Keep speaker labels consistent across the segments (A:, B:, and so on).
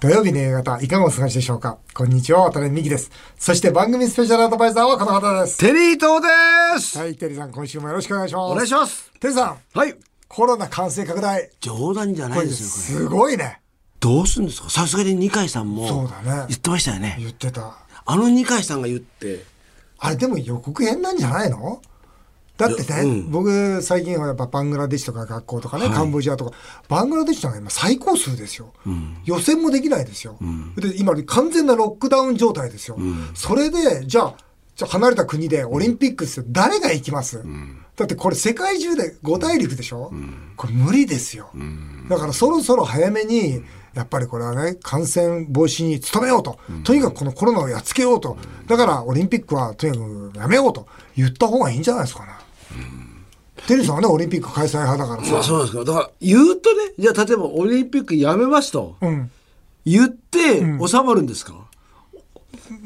A: 土曜日の夕方、いかがお過ごしでしょうかこんにちは、渡辺美希です。そして番組スペシャルアドバイザーはこの方です。
B: テリー東です、
A: はい、テリーさん、今週もよろしくお願いします。
B: お願いします
A: テリーさん、
B: はい
A: コロナ感染拡大。
C: 冗談じゃないですよ、こ
A: すごいね。
C: れ。どうするんですかさすがに二階さん
A: そう
C: も
A: だね
C: 言ってましたよね。
A: 言ってた。
C: あの二階さんが言って、
A: あれ、でも予告編なんじゃないのだってね、僕、最近はやっぱバングラデシュとか学校とかね、カンボジアとか、バングラデシュなんか今最高数ですよ。予選もできないですよ。で、今完全なロックダウン状態ですよ。それで、じゃあ、じゃあ離れた国でオリンピックですよ。誰が行きます、だってこれ世界中で5大陸でしょ、これ無理ですよ。だからそろそろ早めに、やっぱりこれはね、感染防止に努めようと。とにかくこのコロナをやっつけようと。だからオリンピックはとにかくやめようと言った方がいいんじゃないですかね。テリーさんはね、オリンピック開催派だから
C: ま
A: さ
C: あ。そうなんですか。だから言うとね、じゃあ例えばオリンピックやめますと、
A: うん。
C: 言って収まるんですか、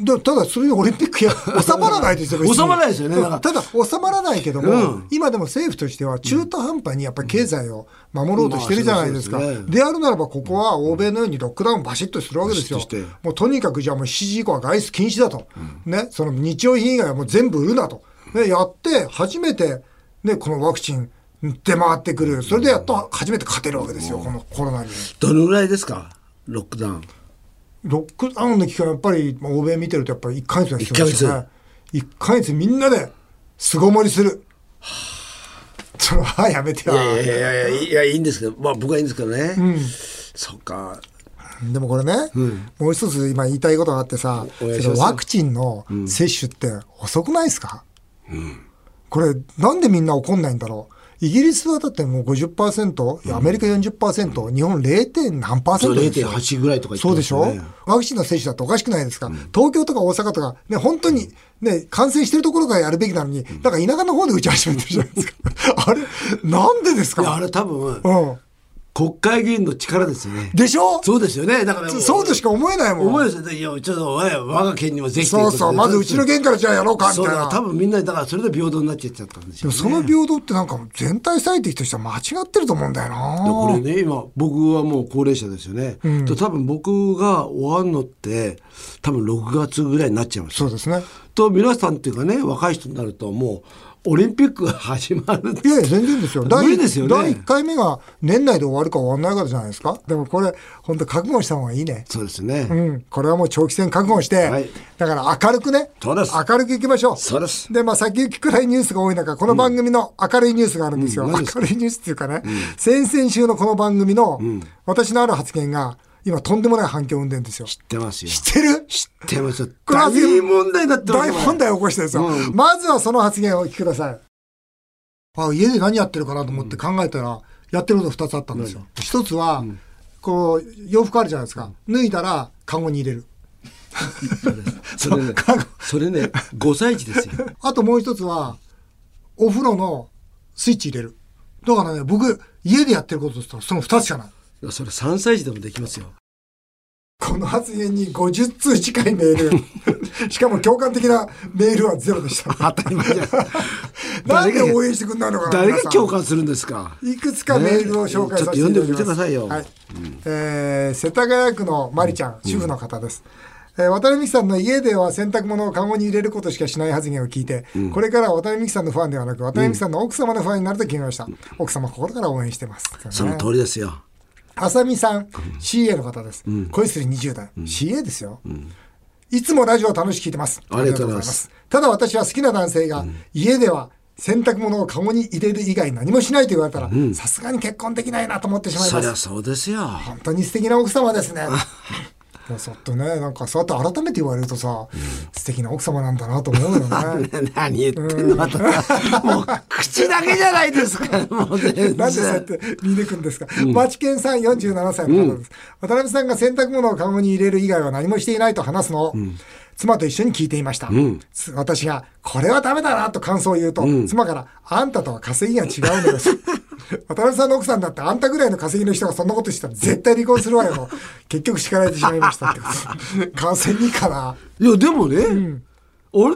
A: だただ、それにオリンピッ クや、収まらないですよ、別に
C: 収まらないですよねだから
A: ただ、収まらないけども、
C: うん
A: 今でも政府としては、中途半端にやっぱり経済を守ろうとしてるじゃないですか。
C: まあそうですね
A: であるならば、ここは欧米のようにロックダウンバシッとするわけですよ
C: バシッとして。
A: もうとにかく、じゃあもう7時以降は外出禁止だと。ね、その日用品以外はもう全部売るなと。ね、やって、初めて、ね、このワクチン、出回ってくる。それでやっと初めて勝てるわけですよ、このコロナに。
C: どのぐらいですかロックダウン。
A: ロックダウンの期間、やっぱりまあ欧米見てると、やっぱり1ヶ月は必要ですよね。1ヶ月みんなで巣ごもりする。それはやめてよ
C: い。やいやいやいやいや、いいんですけど、まあ僕はいいんですけどね。そっか。
A: でもこれね、もう一つ今言いたいことがあってさ、
C: おお願いし
A: そ
C: ます
A: のワクチンの接種って遅くないですか、これ、なんでみんな怒んないんだろう。イギリスはだってもう50%、いやアメリカ40%、日本 0. 点何パーセ
C: そ
A: ン
C: う
A: トですよ
C: 0.8ぐらいとか言って
A: そう
C: ま
A: で
C: し
A: したょ
C: ね
A: ワクチンの接種だっておかしくないですか、東京とか大阪とか、ね、本当に、ね、感染してるところからやるべきなのに、だから田舎の方で打ち始めてるじゃないです か。あれ、なんでです
C: いや、あ
A: か
C: れ多分、
A: うん。
C: 国会議員の力ですよね。
A: でしょ
C: そうですよね。だからもう、
A: そうとしか思えないもん。
C: 思いですよね。いや、ちょっと、我我が県にもぜひとい
A: そう
C: こと
A: う
C: で
A: そう、まずうちの県からじゃあやろうか、みた
C: そ
A: いう
C: だ
A: な。
C: から多分みんなだからそれで平等になっちゃっちゃったんです
A: で
C: よ、
A: も
C: ね、
A: その平等ってなんか全体最適としては間違ってると思うんだよ
C: こ
A: な。
C: れね今僕はもう高齢者ですよね、と多分僕が終わるのって多分6月ぐらいになっちゃいます
A: そうですね。
C: と皆さんっていうかね若い人になるともうオリンピックが始まる
A: いやいや、全然ですよ。
C: 無理ですよね
A: 第1回目が年内で終わるか終わらないかじゃないですか。でもこれ、本当覚悟した方がいいね。
C: そうですね、
A: うん、これはもう長期戦覚悟して、
C: はい
A: だから明るくね、
C: そうです
A: 明るくいきましょう。
C: そうです
A: で、まあ先行きくらいニュースが多い中、この番組の明るいニュースがあるんですよ。
C: うん何です
A: 明るいニュースっていうかね、先々週のこの番組の、私のある発言が、今とんでもない反響を生んでるんですよ。知
C: 知ってますよ知
A: ってる
C: ってますよ
A: これは
C: 大問題だって
A: 大問題を起こしてるんですよ、
C: う
A: まずはその発言をお聞きください。あ家で何やってるかなと思って考えたら、やってること2つあったんですよ。一つは、こう、洋服あるじゃないですか。脱いだら、カゴに入れる。
C: それね
A: カゴ
C: それね5歳児ですよ
A: あともう一つは、お風呂のスイッチ入れる。だからね、僕、家でやってることとしたらその2つしかない。
C: いやそれ3歳児でもできますよ
A: この発言に50通近いメー ル。しかも共感的なメールはゼロでした。
C: 当たり前 じゃない
A: なん
C: 誰
A: で
C: が
A: 応援してくんないのかな
C: 誰
A: 皆
C: が
A: さん
C: 共感するんですか
A: いくつかメールを紹介させていただきます。
C: ねちょっと読んでみてくださいよ
A: はえー世田谷区のまりちゃん、主婦の方です。えー渡辺美樹さんの家では洗濯物をカゴに入れることしかしない発言を聞いて、これからは渡辺美樹さんのファンではなく、渡辺美樹さんの奥様のファンになると決めました。奥様、心から応援してます。
C: その通りですよ
A: あさみさん、CA の方です。恋する20代、CA ですよ。いつもラジオを楽しく聞いてます。
C: ありがとうご
A: ありがとう
C: ざいます
A: ございます。ただ私は好きな男性が、家では洗濯物をカゴに入れる以外何もしないと言われたら、さすがに結婚できないなと思ってしまい
C: そ
A: ま
C: りゃ
A: す。
C: そうですよ
A: 本当に素敵な奥様ですね。でもそっとね、なんかそうやって改めて言われるとさ、素敵な奥様なんだなと思 うよね。
C: 何言ってんのまたもう口だけじゃ ないですかもう 全
A: なんでそうやっ
C: 然
A: て見抜くんですか。マチケンさん47歳の方です。渡辺さんが洗濯物をカゴに入れる以外は何もしていないと話すのを、妻と一緒に聞いていました。つ私が、これはダメだなと感想を言うと、妻から、あんたとは稼ぎが違うのです。 渡辺さんの奥さんだってあんたぐらいの稼ぎの人がそんなことしたら絶対離婚するわよと。結局叱られてしまいましたってこと。感染にかな。
C: いやでもね、あれでしょ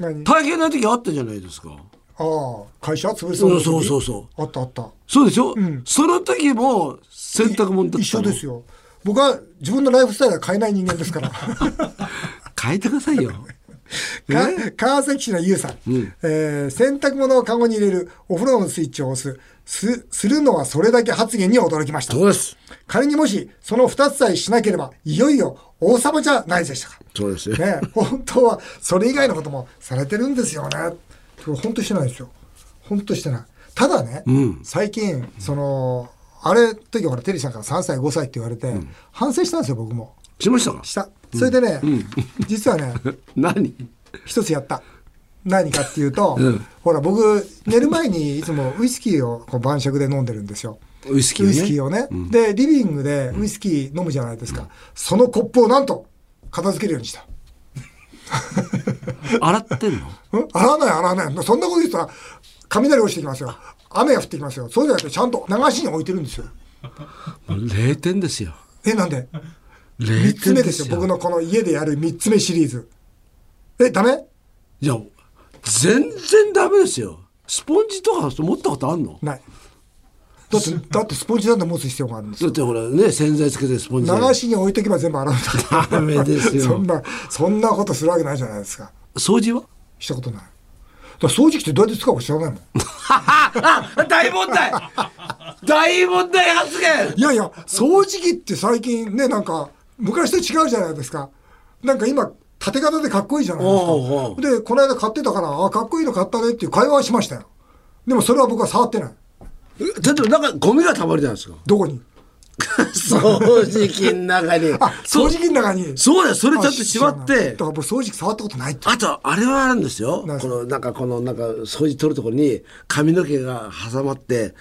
A: 何
C: 大変な時あったじゃないですか
A: ああ、会社潰
C: そ
A: そうう
C: そうそうそう
A: う。あったあった。
C: そうでしょ、その時も洗濯物だったの
A: 一緒ですよ。僕は自分のライフスタイルは変えない人間ですから。
C: 変えてくださいよ。
A: か川崎市のゆうさん、えー洗濯物をカゴに入れるお風呂のスイッチを押すすするのはそれだけ発言に驚きました
C: そうです。
A: 仮にもしその2つさえしなければいよいよ王様じゃないでした か
C: そうですね。
A: ねえ、本当はそれ以外のこともされてるんですよね。本当してないですよ。本当してない。ただね、最近、その、あれ時ほら、テリーさんから3歳、5歳って言われて、反省したんですよ、僕も。
C: しましたか
A: した。それでね、実は ね、
C: 何
A: 一つやった。何かっていうと、ほら、僕、寝る前にいつもウイスキーをこう晩酌で飲んでるんですよ。
C: ウイスキー
A: ウ
C: をね
A: イスキーをね。で、リビングでウイスキー飲むじゃないですか。そのコップをなんと、片付けるようにした。
C: 洗ってんの
A: ん洗わない洗わないそんなこと言ったら雷落ちてきますよ雨が降ってきますよそうじゃなくてちゃんと流しに置いてるんですよ
C: もう0点ですよ。
A: えなんで
C: 0
A: 3つ
C: 点
A: 目
C: で
A: です
C: す
A: よ
C: よ。
A: 僕のこの家でやる3つ目シリーズえダメ
C: いや、全然ダメですよ。スポンジとか持ったことあんの
A: ないだってだってスポンジなんて持つ必要があるんです
C: だ
A: よ
C: ってほらね、洗剤つけてスポンジで
A: 流しに置いとけば全部洗うんだから
C: ダメです
A: そん
C: よ。
A: なそんなことするわけないじゃないですか
C: 掃除は
A: したことないだから掃除機ってどうやって使うか知らないもん
C: あ 大問題大問題発言
A: いやいや、掃除機って最近ね、なんか、昔と違うじゃないですか。なんか今、縦型でかっこいいじゃないですか。
C: おうおう
A: で、この間買ってたから、あ、かっこいいの買ったねっていう会話はしましたよ。でもそれは僕は触ってない。
C: だってなんかゴミが溜まるじゃないですか
A: どこに
C: 掃除機の中に
A: あ、掃除機の中に。
C: そうだよそれ
A: あ
C: ちゃんとしまっ
A: 知らない
C: て
A: だから僕掃除機触ったことないって。
C: あとあれはあるんですよ
A: 何です
C: こ
A: か
C: のなんかこのなんか掃除取るところに髪の毛が挟まって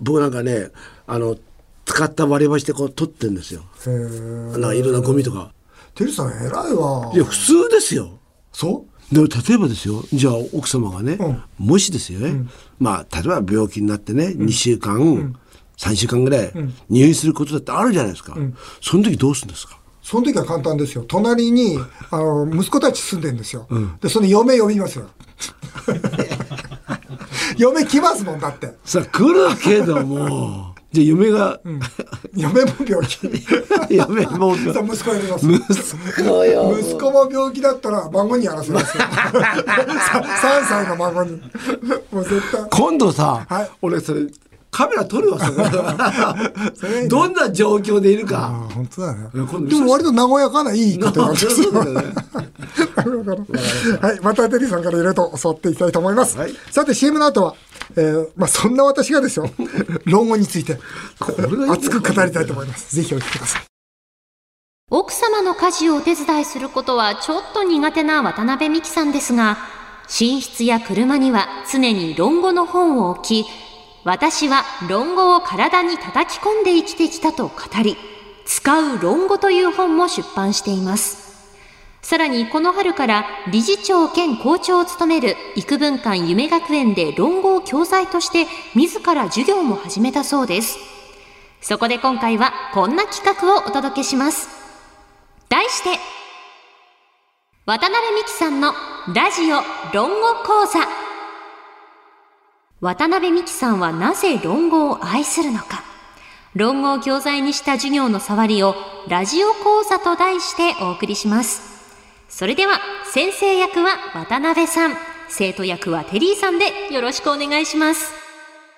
C: 僕なんかねあの使った割り箸でこう取ってんですよ
A: へー
C: なんかいろんなゴミとか
A: てるさん偉いわ
C: い。や普通ですよ
A: そ
C: でも例えばですよじゃあ奥様がね、
A: ん
C: もしですよね、まあ例えば病気になってね2週間、3週間ぐらい入院することだってあるじゃないですか、その時どうするんですか
A: うその時は簡単ですよ。隣に、あの、息子たち住んでんですよ。で、その嫁呼びますよ。 嫁来ますもんだって。
C: さあ来るけども じゃあ嫁が、
A: 嫁も病気。
C: やめもう
A: そう息子やります
C: 息子よ
A: 息子も病気だったら孫にやらせますよ 3歳の孫にもう絶対
C: 今度さ、
A: はい
C: 俺それカメラ撮るわそ
A: そ れいい
C: れ
A: ね
C: どんな状況でいるか
A: あ本当だね
C: 今度
A: でも割と和やかないい方なん です
C: そうだよね
A: はい、またテリーさんからいろいろと教わっていきたいと思います、
C: はい
A: さて CM の後は、えーまあ、そんな私がですよ 論語について
C: れがいいね
A: 熱く語りたいと思いますぜひお聞きください
B: 奥様の家事をお手伝いすることはちょっと苦手な渡辺美希さんですが、寝室や車には常に論語の本を置き、私は論語を体に叩き込んで生きてきたと語り、使う論語という本も出版しています。さらにこの春から理事長兼校長を務める幾文館夢学園で論語を教材として自ら授業も始めたそうです。そこで今回はこんな企画をお届けします。題して渡辺美樹さんのラジオ論語講座渡辺美樹さんはなぜ論語を愛するのか論語を教材にした授業の触りをラジオ講座と題してお送りしますそれでは先生役は渡辺さん生徒役はテリーさんでよろしくお願いします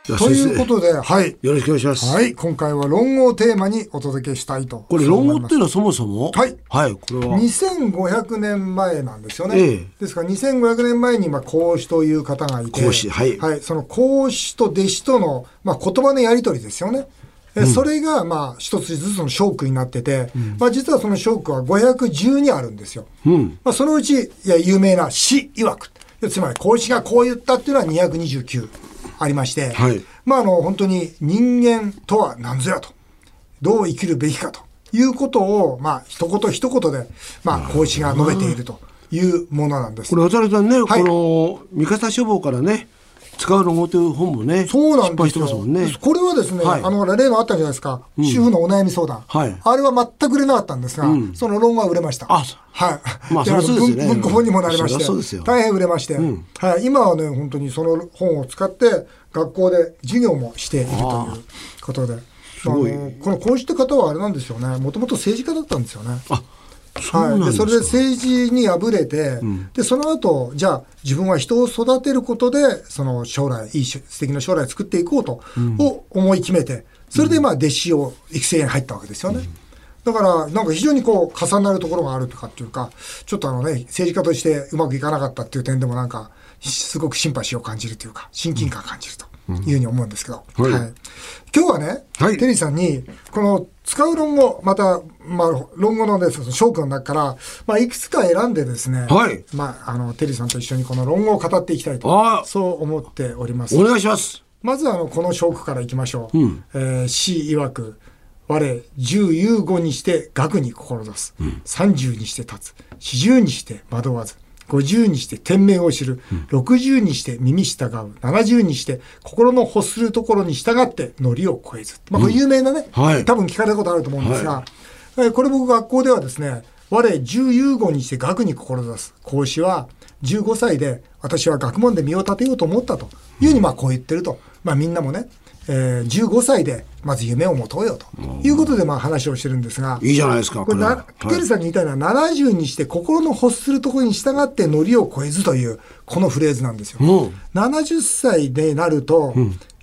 A: ということではい、
C: よろしくお願いします、
A: はい、今回は論語をテーマにお届けしたいと
C: これ論語
A: 思い
C: っ
A: ます
C: ていうのはそもそも
A: はい
C: はいこれは
A: 2500年前なんですよね、
C: ええ
A: ですから2500年前にまあ孔子という方がいて
C: 孔子はい
A: その孔子と弟子との、まあ、言葉のやり取りですよねえそれがまあ一つずつの章句になってて、まあ、実はその章句は512あるんですよ、まあ、そのうちいや有名な「子曰く」つまり孔子がこう言ったっていうのは229ありまして、
C: はい
A: まあ、あの本当に人間とは何ぞやとどう生きるべきかということを、まあ、一言一言で、まあ、孔子が述べているというものなんです
C: こ。れ渡辺さんね、
A: はい
C: この三笠書房からね使う論語という本もね
A: そうなん
C: 出
A: で
C: 版し
A: す
C: て
A: よ。
C: ますもんね
A: これはですね、
C: はい
A: あの、例のあったじゃないですか、主婦のお悩み相談。
C: はい
A: あれは全く売れなかったんですが、その論語は売れました。
C: あそう
A: はい。
C: まあ
A: で
C: そりゃそうですよね
A: の文文庫本にもなりまし
C: そり
A: て、
C: ゃそうですよ
A: 大変売れまして、はい。今はね、本当にその本を使って、学校で授業もしているということで。
C: すごい。
A: あのこの講師って方はあれなんですよね。もともと政治家だったんですよね。
C: あそうなん
A: はい、
C: で
A: ですそ
C: か、
A: れで政治に敗れて、でその後じゃあ自分は人を育てることでその将来いいし素敵な将来を作っていこうと、を思い決めてそれでまあ弟子を育成に入ったわけですよね。だから、なんか非常にこう、重なるところがあるとかっていうか、ちょっとあのね、政治家としてうまくいかなかったっていう点でもなんか、すごくシンパシーを感じるというか、親近感を感じるというふうに思うんですけど。
C: はい
A: 今日はね、
C: はい
A: テリーさんに、この使う論語、また、まあ、論語のね、その証拠の中から、まあ、いくつか選んでですね、
C: はい
A: まあ、あの、テリーさんと一緒にこの論語を語っていきたい
C: あ
A: と、そう思っております
C: お。願いします。
A: まずはあの、この証拠からいきましょう。えー、C 曰く、我、十有五にして学に志す。三、十、にして立つ。四十にして惑わず。五十にして天命を知る。六十にして耳従う。七十にして心の欲するところに従ってノリを越えず。まあ、これ有名なね、
C: はい
A: 多分聞かれたことあると思うんですが、えーこれ僕学校ではですね、我、十有五にして学に志す。孔子は、15歳で私は学問で身を立てようと思ったというふうにまあこう言ってると、まあ、みんなもね、えー、15歳でまず夢を持とうよということでまあ話をしてるんですが
C: いいじゃないですか、
A: これな
C: は
A: テリーさんに言いたいのは70にして心の欲するところに従ってノリを越えずというこのフレーズなんですよ。
C: うん
A: 70歳でなると、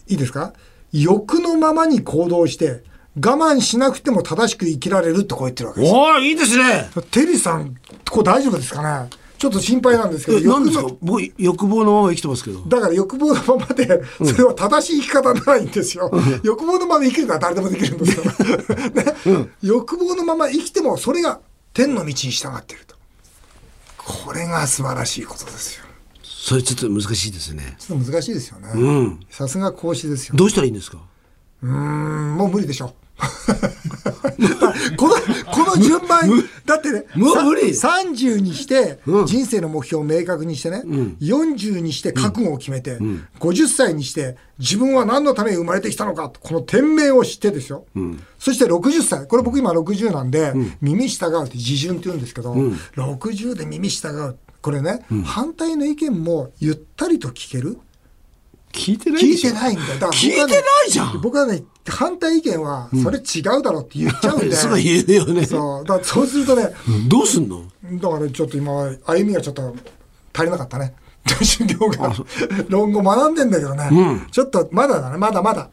A: いいですか欲のままに行動して我慢しなくても正しく生きられるとこう言ってるわけですよ
C: おおいいですね。
A: テリーさん、これ大丈夫ですかねちょっと心配なんですけど、
C: えなんです
A: 欲
C: か
A: の
C: 僕、欲望のまま生きてますけど。
A: だから欲望のままで、それは正しい生き方ないんですよ。欲望のまま生きるのは誰でもできるんですよ。ね欲望のまま生きても、それが天の道に従っていると。これが素晴らしいことですよ。
C: それちょっと難しいですね。
A: ちょっと難しいですよね。
C: うん。
A: さすが孔子ですよ。
C: どうしたらいいんですか
A: うんもう無理でしょ。 この、この順番、だってね、
C: もう無理
A: さ30にして、
C: うん
A: 人生の目標を明確にしてね、40にして覚悟を決めて、50歳にして、自分は何のために生まれてきたのか、この天命を知ってですよ。そして60歳、これ僕今60なんで、耳従うって自順って言うんですけど、60で耳従う。これね、反対の意見もゆったりと聞ける。
C: 聞いてな
A: 聞いてないんだよ。だから
C: 聞い
A: 僕
C: て
A: は
C: な
A: ね
C: いじゃん
A: 僕はね、反対意見は、それ違うだろって言っちゃうん で。
C: すぐ言うよね。
A: そう。だからそうするとね、
C: どうすんの
A: だからちょっと今、歩みがちょっと足りなかったね。 修行が。論語学んでんだけどね。ちょっとまだだね、まだまだ。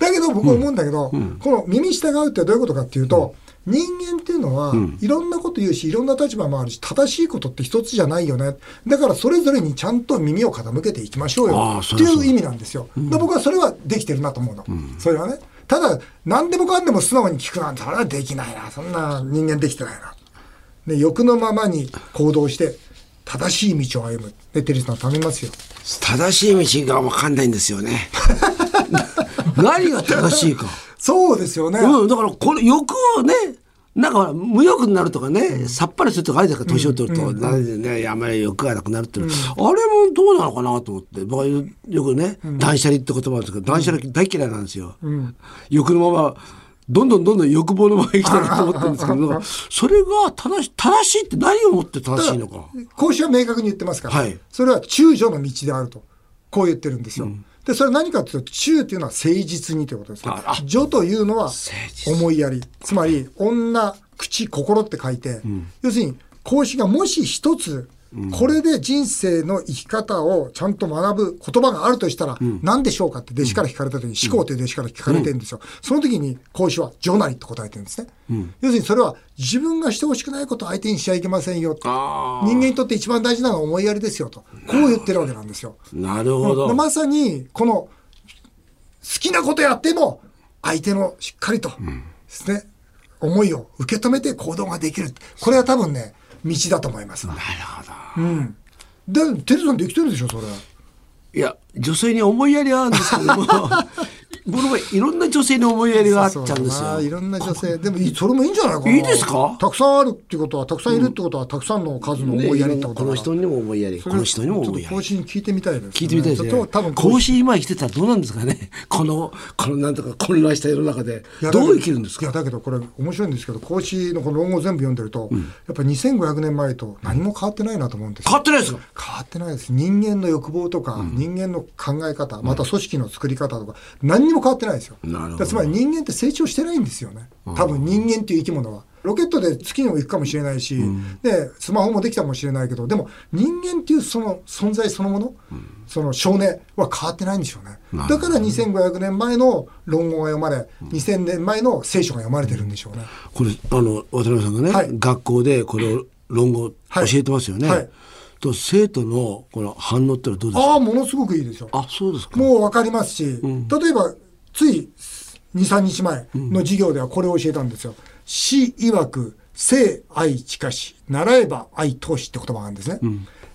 A: だけど僕思うんだけど、この耳従うってどういうことかっていうと、人間っていうのは、いろんなこと言うし、いろんな立場もあるし、正しいことって一つじゃないよね。だからそれぞれにちゃんと耳を傾けていきましょう
C: あ
A: よ
C: あ。
A: って
C: そ
A: い
C: りゃそう
A: う意味なんですよ。だから僕はそれはできてるなと思うの。それはね。ただ、何でもかんでも素直に聞くなんて、あれはできないな。そんな人間できてないな。ね、欲のままに行動して、正しい道を歩む。ね、テリーさん頼みますよ。
C: 正しい道が分かんないんですよね。 何が正しいか。
A: そうですよね。
C: うん、だからこれ欲をね、なんかほら無欲になるとかね、さっぱりするとかあるじゃないですか、年を取ると、なんでね、あんまり欲がなくなるっていうの、あれもどうなのかなと思って、僕はよくね、断捨離って言葉あるんですけど、断捨離大嫌いなんですよ。欲のまま、どんどんどんどん欲望のまま生きてると思ってるんですけど、なんかそれが正し正しいって何をもって正しいのか。
A: 孔子は明確に言ってますから、
C: はい
A: それは中女の道であると、こう言ってるんですよ。で、それは何かというと、中というのは誠実にということです
C: ああ。
A: 女というのは
C: 実
A: 思いやり。つまり、女、口、心って書いて、要するに、孔子がもし一つ、これで人生の生き方をちゃんと学ぶ言葉があるとしたら、何でしょうかって弟子から聞かれた時に、思考という弟子から聞かれてるんですよ。その時に孔子は、女なりって答えてるんですね。要するにそれは、自分がしてほしくないことを相手にしちゃいけませんよ。
C: あ
A: 人間にとって一番大事なのは思いやりですよと、こう言ってるわけなんですよ。
C: あ、なるほど。
A: まさに、この、好きなことやっても、相手のしっかりと、ですね、思いを受け止めて行動ができる。これは多分ね、道だと思います。
C: なるほど。
A: うん。で、テルさんできてるでしょ、それ。
C: いや女性に思いやりはあるんですけど も僕はいろんな女性に思いやりがあっちゃうんです
A: そうだな
C: よ。
A: いろんな女性、でもいいそれもいいんじゃないかな。
C: いいですか
A: たくさんあるってことは、たくさんいるってことは、たくさんの数の
C: ね
A: 思いやりってこと
C: こ
A: だから
C: の人にも思いやりこの人にも思いや
A: ちょっと更
C: り
A: 新聞いてみたいです、ね。
C: 聞いてみたいです
A: ちょっと
C: ね
A: 多分
C: 孔子今生きてたらどうなんですかねこのこのなんとか混乱した世の中で
A: いやだけ
C: どう生きるんです
A: いや
C: か
A: だけどこれ面白いんですけど孔子のこの論語を全部読んでると、やっぱり2500年前と何も変わってないなと思うんですよ
C: 変わってないですか
A: 変わってないです人間の欲望とか、人間の考え方また組織の作り方とか、何にもも変わってないですよ。
C: なるほど
A: だからつまり人間って成長してないんですよね。多分人間っていう生き物は。ロケットで月にも行くかもしれないし、で、スマホもできたかもしれないけど、でも人間っていうその存在そのもの、その少年は変わってないんでしょうね。だから2500年前の論語が読まれ、2000年前の聖書が読まれてるんでしょうね。
C: これあの渡辺さんがね、
A: はい
C: 学校でこれを論語教
A: はい
C: えてますよね。
A: はい
C: と生徒のこの反応ってのはどうですか。
A: ああ、ものすごくいいですよ。
C: あそうですか。
A: もう分かりますし、例えばつい23日前の授業ではこれを教えたんですよ。死曰く生愛近し習えば愛投しって言葉があるんですね。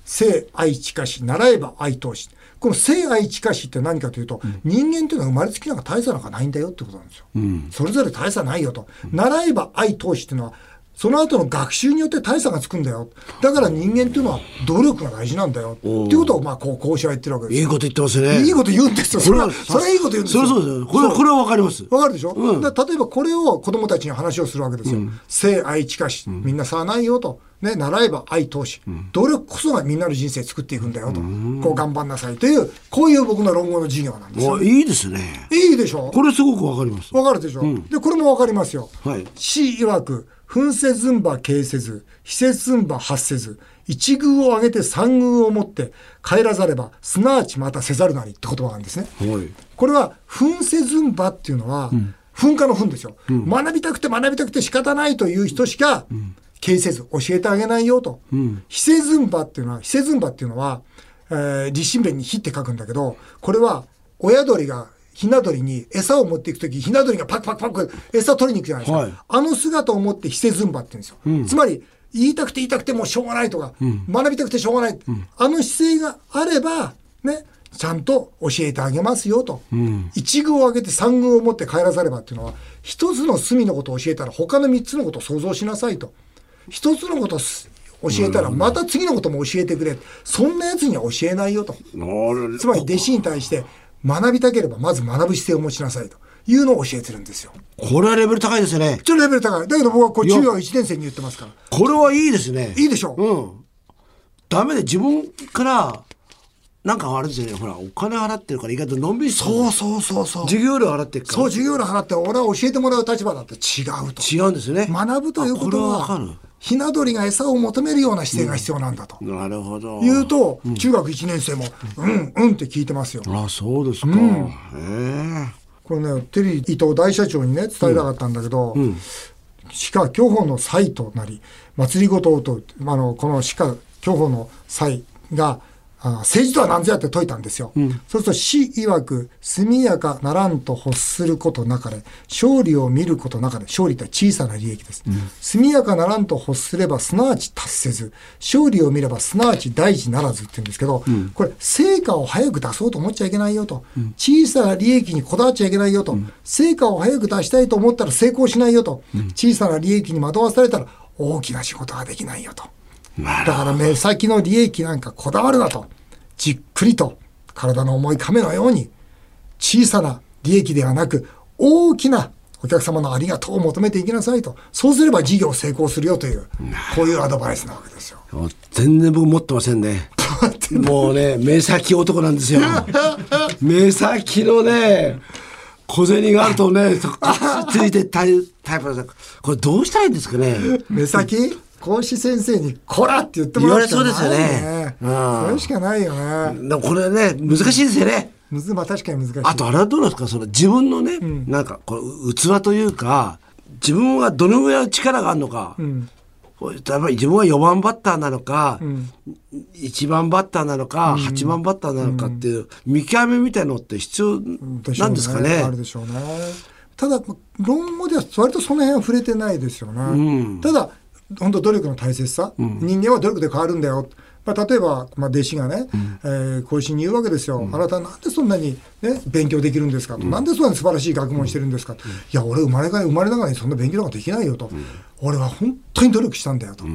A: 生愛近し習えば愛投しこの生愛近しって何かというと、人間というのは生まれつきなんか大差なんかないんだよってことなんですよ。それぞれ大差ないよと。習えば愛投しっていうのはその後の学習によって大差がつくんだよ。だから人間というのは努力が大事なんだよ。っていうことをまあこう講師は言ってるわけですよ
C: いいこと言ってますね。
A: いいこと言うんですよ。それは、それはいいこと言うんです
C: そ
A: よ。
C: れはそうですよ。これ
A: そう
C: これはわかります。
A: わかるでしょ、だから例えばこれを子供たちに話をするわけですよ。性愛近し、みんな差はないよと。ね、習えば愛投資、努力こそがみんなの人生作っていくんだよと。こう頑張んなさいという、こういう僕の論語の授業なんですよ。
C: あいいですね。
A: いいでしょ
C: これすごくわかります。
A: わかるでしょ、で、これもわかりますよ。
C: はい
A: 死曰く、噴せずんば形せず、非せずんば発せず、一宮を上げて三宮を持って帰らざれば、すなわちまたせざるなりって言葉なんですね。
C: はい。
A: これは噴せずんばっていうのは、噴火の噴ですよ、学びたくて学びたくて仕方ないという人しか、形せず教えてあげないよと。非せずんばっていうのは、非せずんばっていうのは、えー立身弁に火って書くんだけど、これは親鳥がひな鳥に餌を持っていくとき、ひな鳥がパクパクパク餌取りに行くじゃないですか。
C: はい
A: あの姿を持って非せずんばって言うんですよ。つまり、言いたくて言いたくてもうしょうがないとか、学びたくてしょうがない、あの姿勢があれば、ね、ちゃんと教えてあげますよと。一軍を上げて三軍を持って帰らざればっていうのは、一つの隅のことを教えたら他の三つのことを想像しなさいと。一つのことをす教えたらまた次のことも教えてくれ。そんな奴には教えないよと。
C: あれ
A: つまり弟子に対して学びたければまず学ぶ姿勢を持ちなさいというのを教えてるんですよ。
C: これはレベル高いですね。
A: ちょっとレベル高い。だけど僕はこう中学1年生に言ってますから。
C: これはいいですね。
A: いいでしょう、
C: うん。ダメで自分から、なんかあれですよね。ほら、お金払ってるから意外とのんびりしてる
A: そうそうそうそう。
C: 授業料払ってるから。
A: そう、授業料払って俺は教えてもらう立場だって違うと。
C: 違うんですね。
A: 学ぶということ
C: あこれはわ
A: は
C: か、
A: ひな鳥が餌を求めるような姿勢が必要なんだと。
C: る。なるほど。
A: 言うと、中学1年生も、うん、うんって聞いてますよ。
C: あ、そうですか。へ
A: これね、テリー伊藤大社長にね、伝えたかったんだけど、鹿巨峰の祭となり、祭りごとをと、あの、この鹿巨峰の祭が、あ政治とは何ぞやって説いたんですよ。そうすると、死曰く、速やかならんと欲することなかれ、勝利を見ることなかれ、勝利って小さな利益です。速やかならんと欲すれば、すなわち達せず、勝利を見れば、すなわち大事ならずって言うんですけど、これ、成果を早く出そうと思っちゃいけないよと、小さな利益にこだわっちゃいけないよと、成果を早く出したいと思ったら成功しないよと、小さな利益に惑わされたら、大きな仕事ができないよと。
C: え。なる
A: だから目先の利益なんかこだわるなと。じっくりと体の重い亀のように小さな利益ではなく大きなお客様のありがとうを求めていきなさいと。そうすれば事業成功するよという、こういうアドバイスなわけですよ。
C: ほど。全然僕持ってませんね。もうね、目先男なんですよ。目先のね、小銭があるとね、そこついてタイタイプなんですこれどうしたらいいんですかね。
A: 目先講師先生に「こら!」って言ってもらうしかない、ね、
C: 言われそうですよねうん
A: それしかないよね。
C: でもこれね、難しいですよね。
A: むずまあ確かに難しい。
C: あとあれはどうなんですかその自分のね、なんかこう器というか自分はどのぐらいの力があるのか、こう例えば自分は4番バッターなのか、1番バッターなのか、8番バッターなのかっていう見極めみたいのって必要
A: しょ
C: な
A: うん
C: ですかね。
A: あるでしょうね。ただ、論語では割とその辺は触れてないですよね。ただ、本当努力の大切さ、人間は努力で変わるんだよ。まあ、例えば、まあ、弟子がね、えー後進に言うわけですよ、あなた、なんでそんなに、ね、勉強できるんですかと、なんでそんなに素晴らしい学問してるんですかと、いや、俺生まれが、生まれながらにそんな勉強なんかできないよと、俺は本当に努力したんだよと、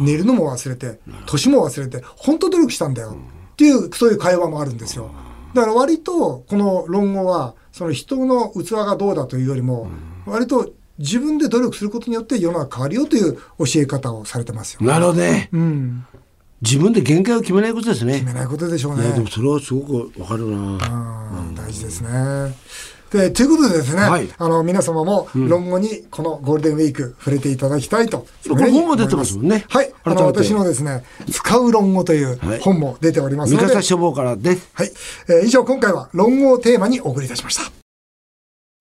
A: 寝るのも忘れて、年も忘れて、本当努力したんだよ、っていう、そういう会話もあるんですよ。だから割とこの論語はその人の器がどうだというよりも割と自分で努力することによって世の中変わるよという教え方をされてますよ。
C: なるほどね、
A: うん、
C: 自分で限界を決めないことですね。
A: 決めないことでしょうね
C: いやで。もそれはすごくわかるな。
A: うん大事ですね。でえーということでですね、
C: はい
A: あの皆様も論語にこのゴールデンウィーク触れていただきたいと、
C: これ本も出てますもんね
A: はい、あの
C: 改めて
A: 私のですね「使う論語」という
C: はい
A: 本も出ております
C: 三
A: ので、
C: 笠書房からね
A: はい、えー以上今回は論語をテーマにお送りいたしました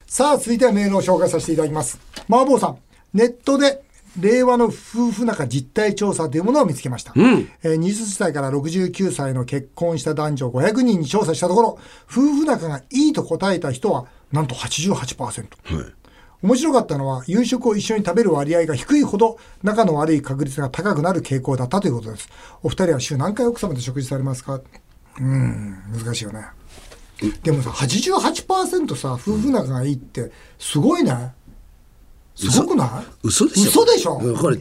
A: さあ続いてはメールを紹介させていただきます麻婆さんネットで令和の夫婦仲実態調査というものを見つけました、
C: ん
A: えー20歳から69歳の結婚した男女500人に調査したところ夫婦仲がいいと答えた人はなんと88%面白かったのは夕食を一緒に食べる割合が低いほど仲の悪い確率が高くなる傾向だったということですお二人は週何回奥様と食事されますかうん難しいよねでもさ88%さ夫婦仲がいいってすごいねすごくない
C: 嘘でしょ
A: 嘘でしょ
C: うんこれ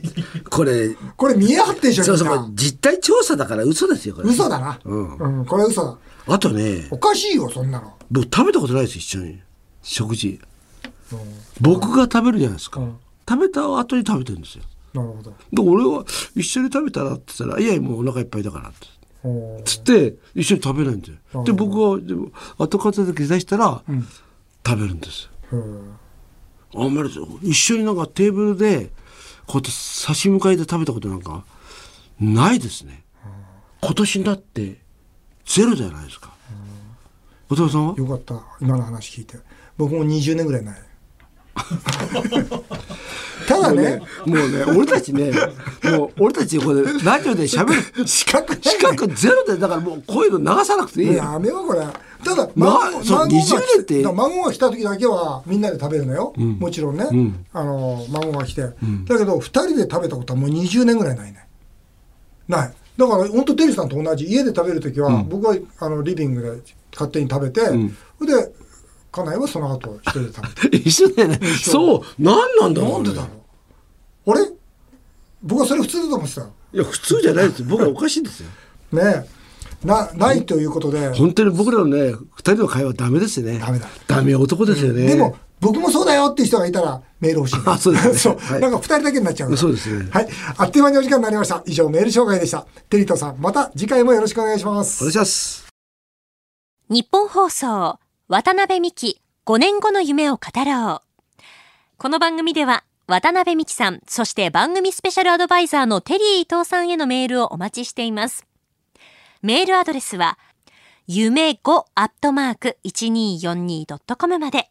C: これ
A: これ見え張ってんじゃん
C: そうそ
A: みん
C: う実態調査だから嘘ですよこれ
A: な嘘だなうん、これ嘘だ
C: あとね
A: おかしいよそんなの
C: 僕食べたことないです一緒に食事僕が食べるじゃないですか、食べた後に食べてるんですよ
A: なるほど
C: で俺は一緒に食べたらって言ったら「いやもうお腹いっぱいだから」って
A: おー
C: つって一緒に食べないんですよで僕はでも後片付け出したら、食べるんです
A: うん
C: あんまり一緒になんかテーブルでこうやって差し向かいで食べたことなんかないですね今年になってゼロじゃないですかお父さんは
A: よかった今の話聞いて僕も20年ぐら いないただね
C: もうね俺たちねもう俺たちこれラジオで喋る
A: 資格
C: 資格ゼロでだからもうこういうの流さなくていいよ
A: やめようこれただ
C: ま
A: 孫
C: そ
A: 孫
C: う
A: が
C: 20年って
A: だから孫が来た時だけはみんなで食べるのよ、もちろんね、あの孫が来て、だけど2人で食べたことはもう20年ぐらいないねないだから本当テリーさんと同じ家で食べる時は、僕はあのリビングで勝手に食べて、それで家内はその後一人で食べて
C: 一緒だよねそう何なんだろ
A: な
C: うんね
A: でだろうあれ僕はそれ普通だと思ってたよ
C: いや普通じゃないですよ僕はおかしいですよ
A: ねえなないということで
C: 本当に僕らのね二人の会話ダメですよね
A: ダメだ
C: ダメ男ですよね、
A: でも、僕もそうだよっていう人がいたらメール欲しい。
C: あそうですね
A: そう
C: はい
A: なんか二人だけになっちゃうから
C: そうですね
A: はい。あっという間にお時間になりました。以上、メール紹介でした。テリトさん、また次回もよろしくお願いします
C: お願い。します
B: 日本放送渡辺美希5年後の夢を語ろうこの番組では渡辺美希さんそして番組スペシャルアドバイザーのテリー伊藤さんへのメールをお待ちしていますメールアドレスは夢5アットマーク 1242.com まで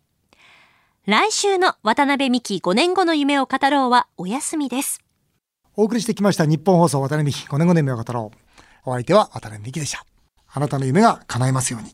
B: 来週の渡辺美希5年後の夢を語ろうはお休みです
A: お送りしてきました日本放送渡辺美希5年5年目を語ろう。お相手は渡辺美希でした。あなたの夢が叶いますように。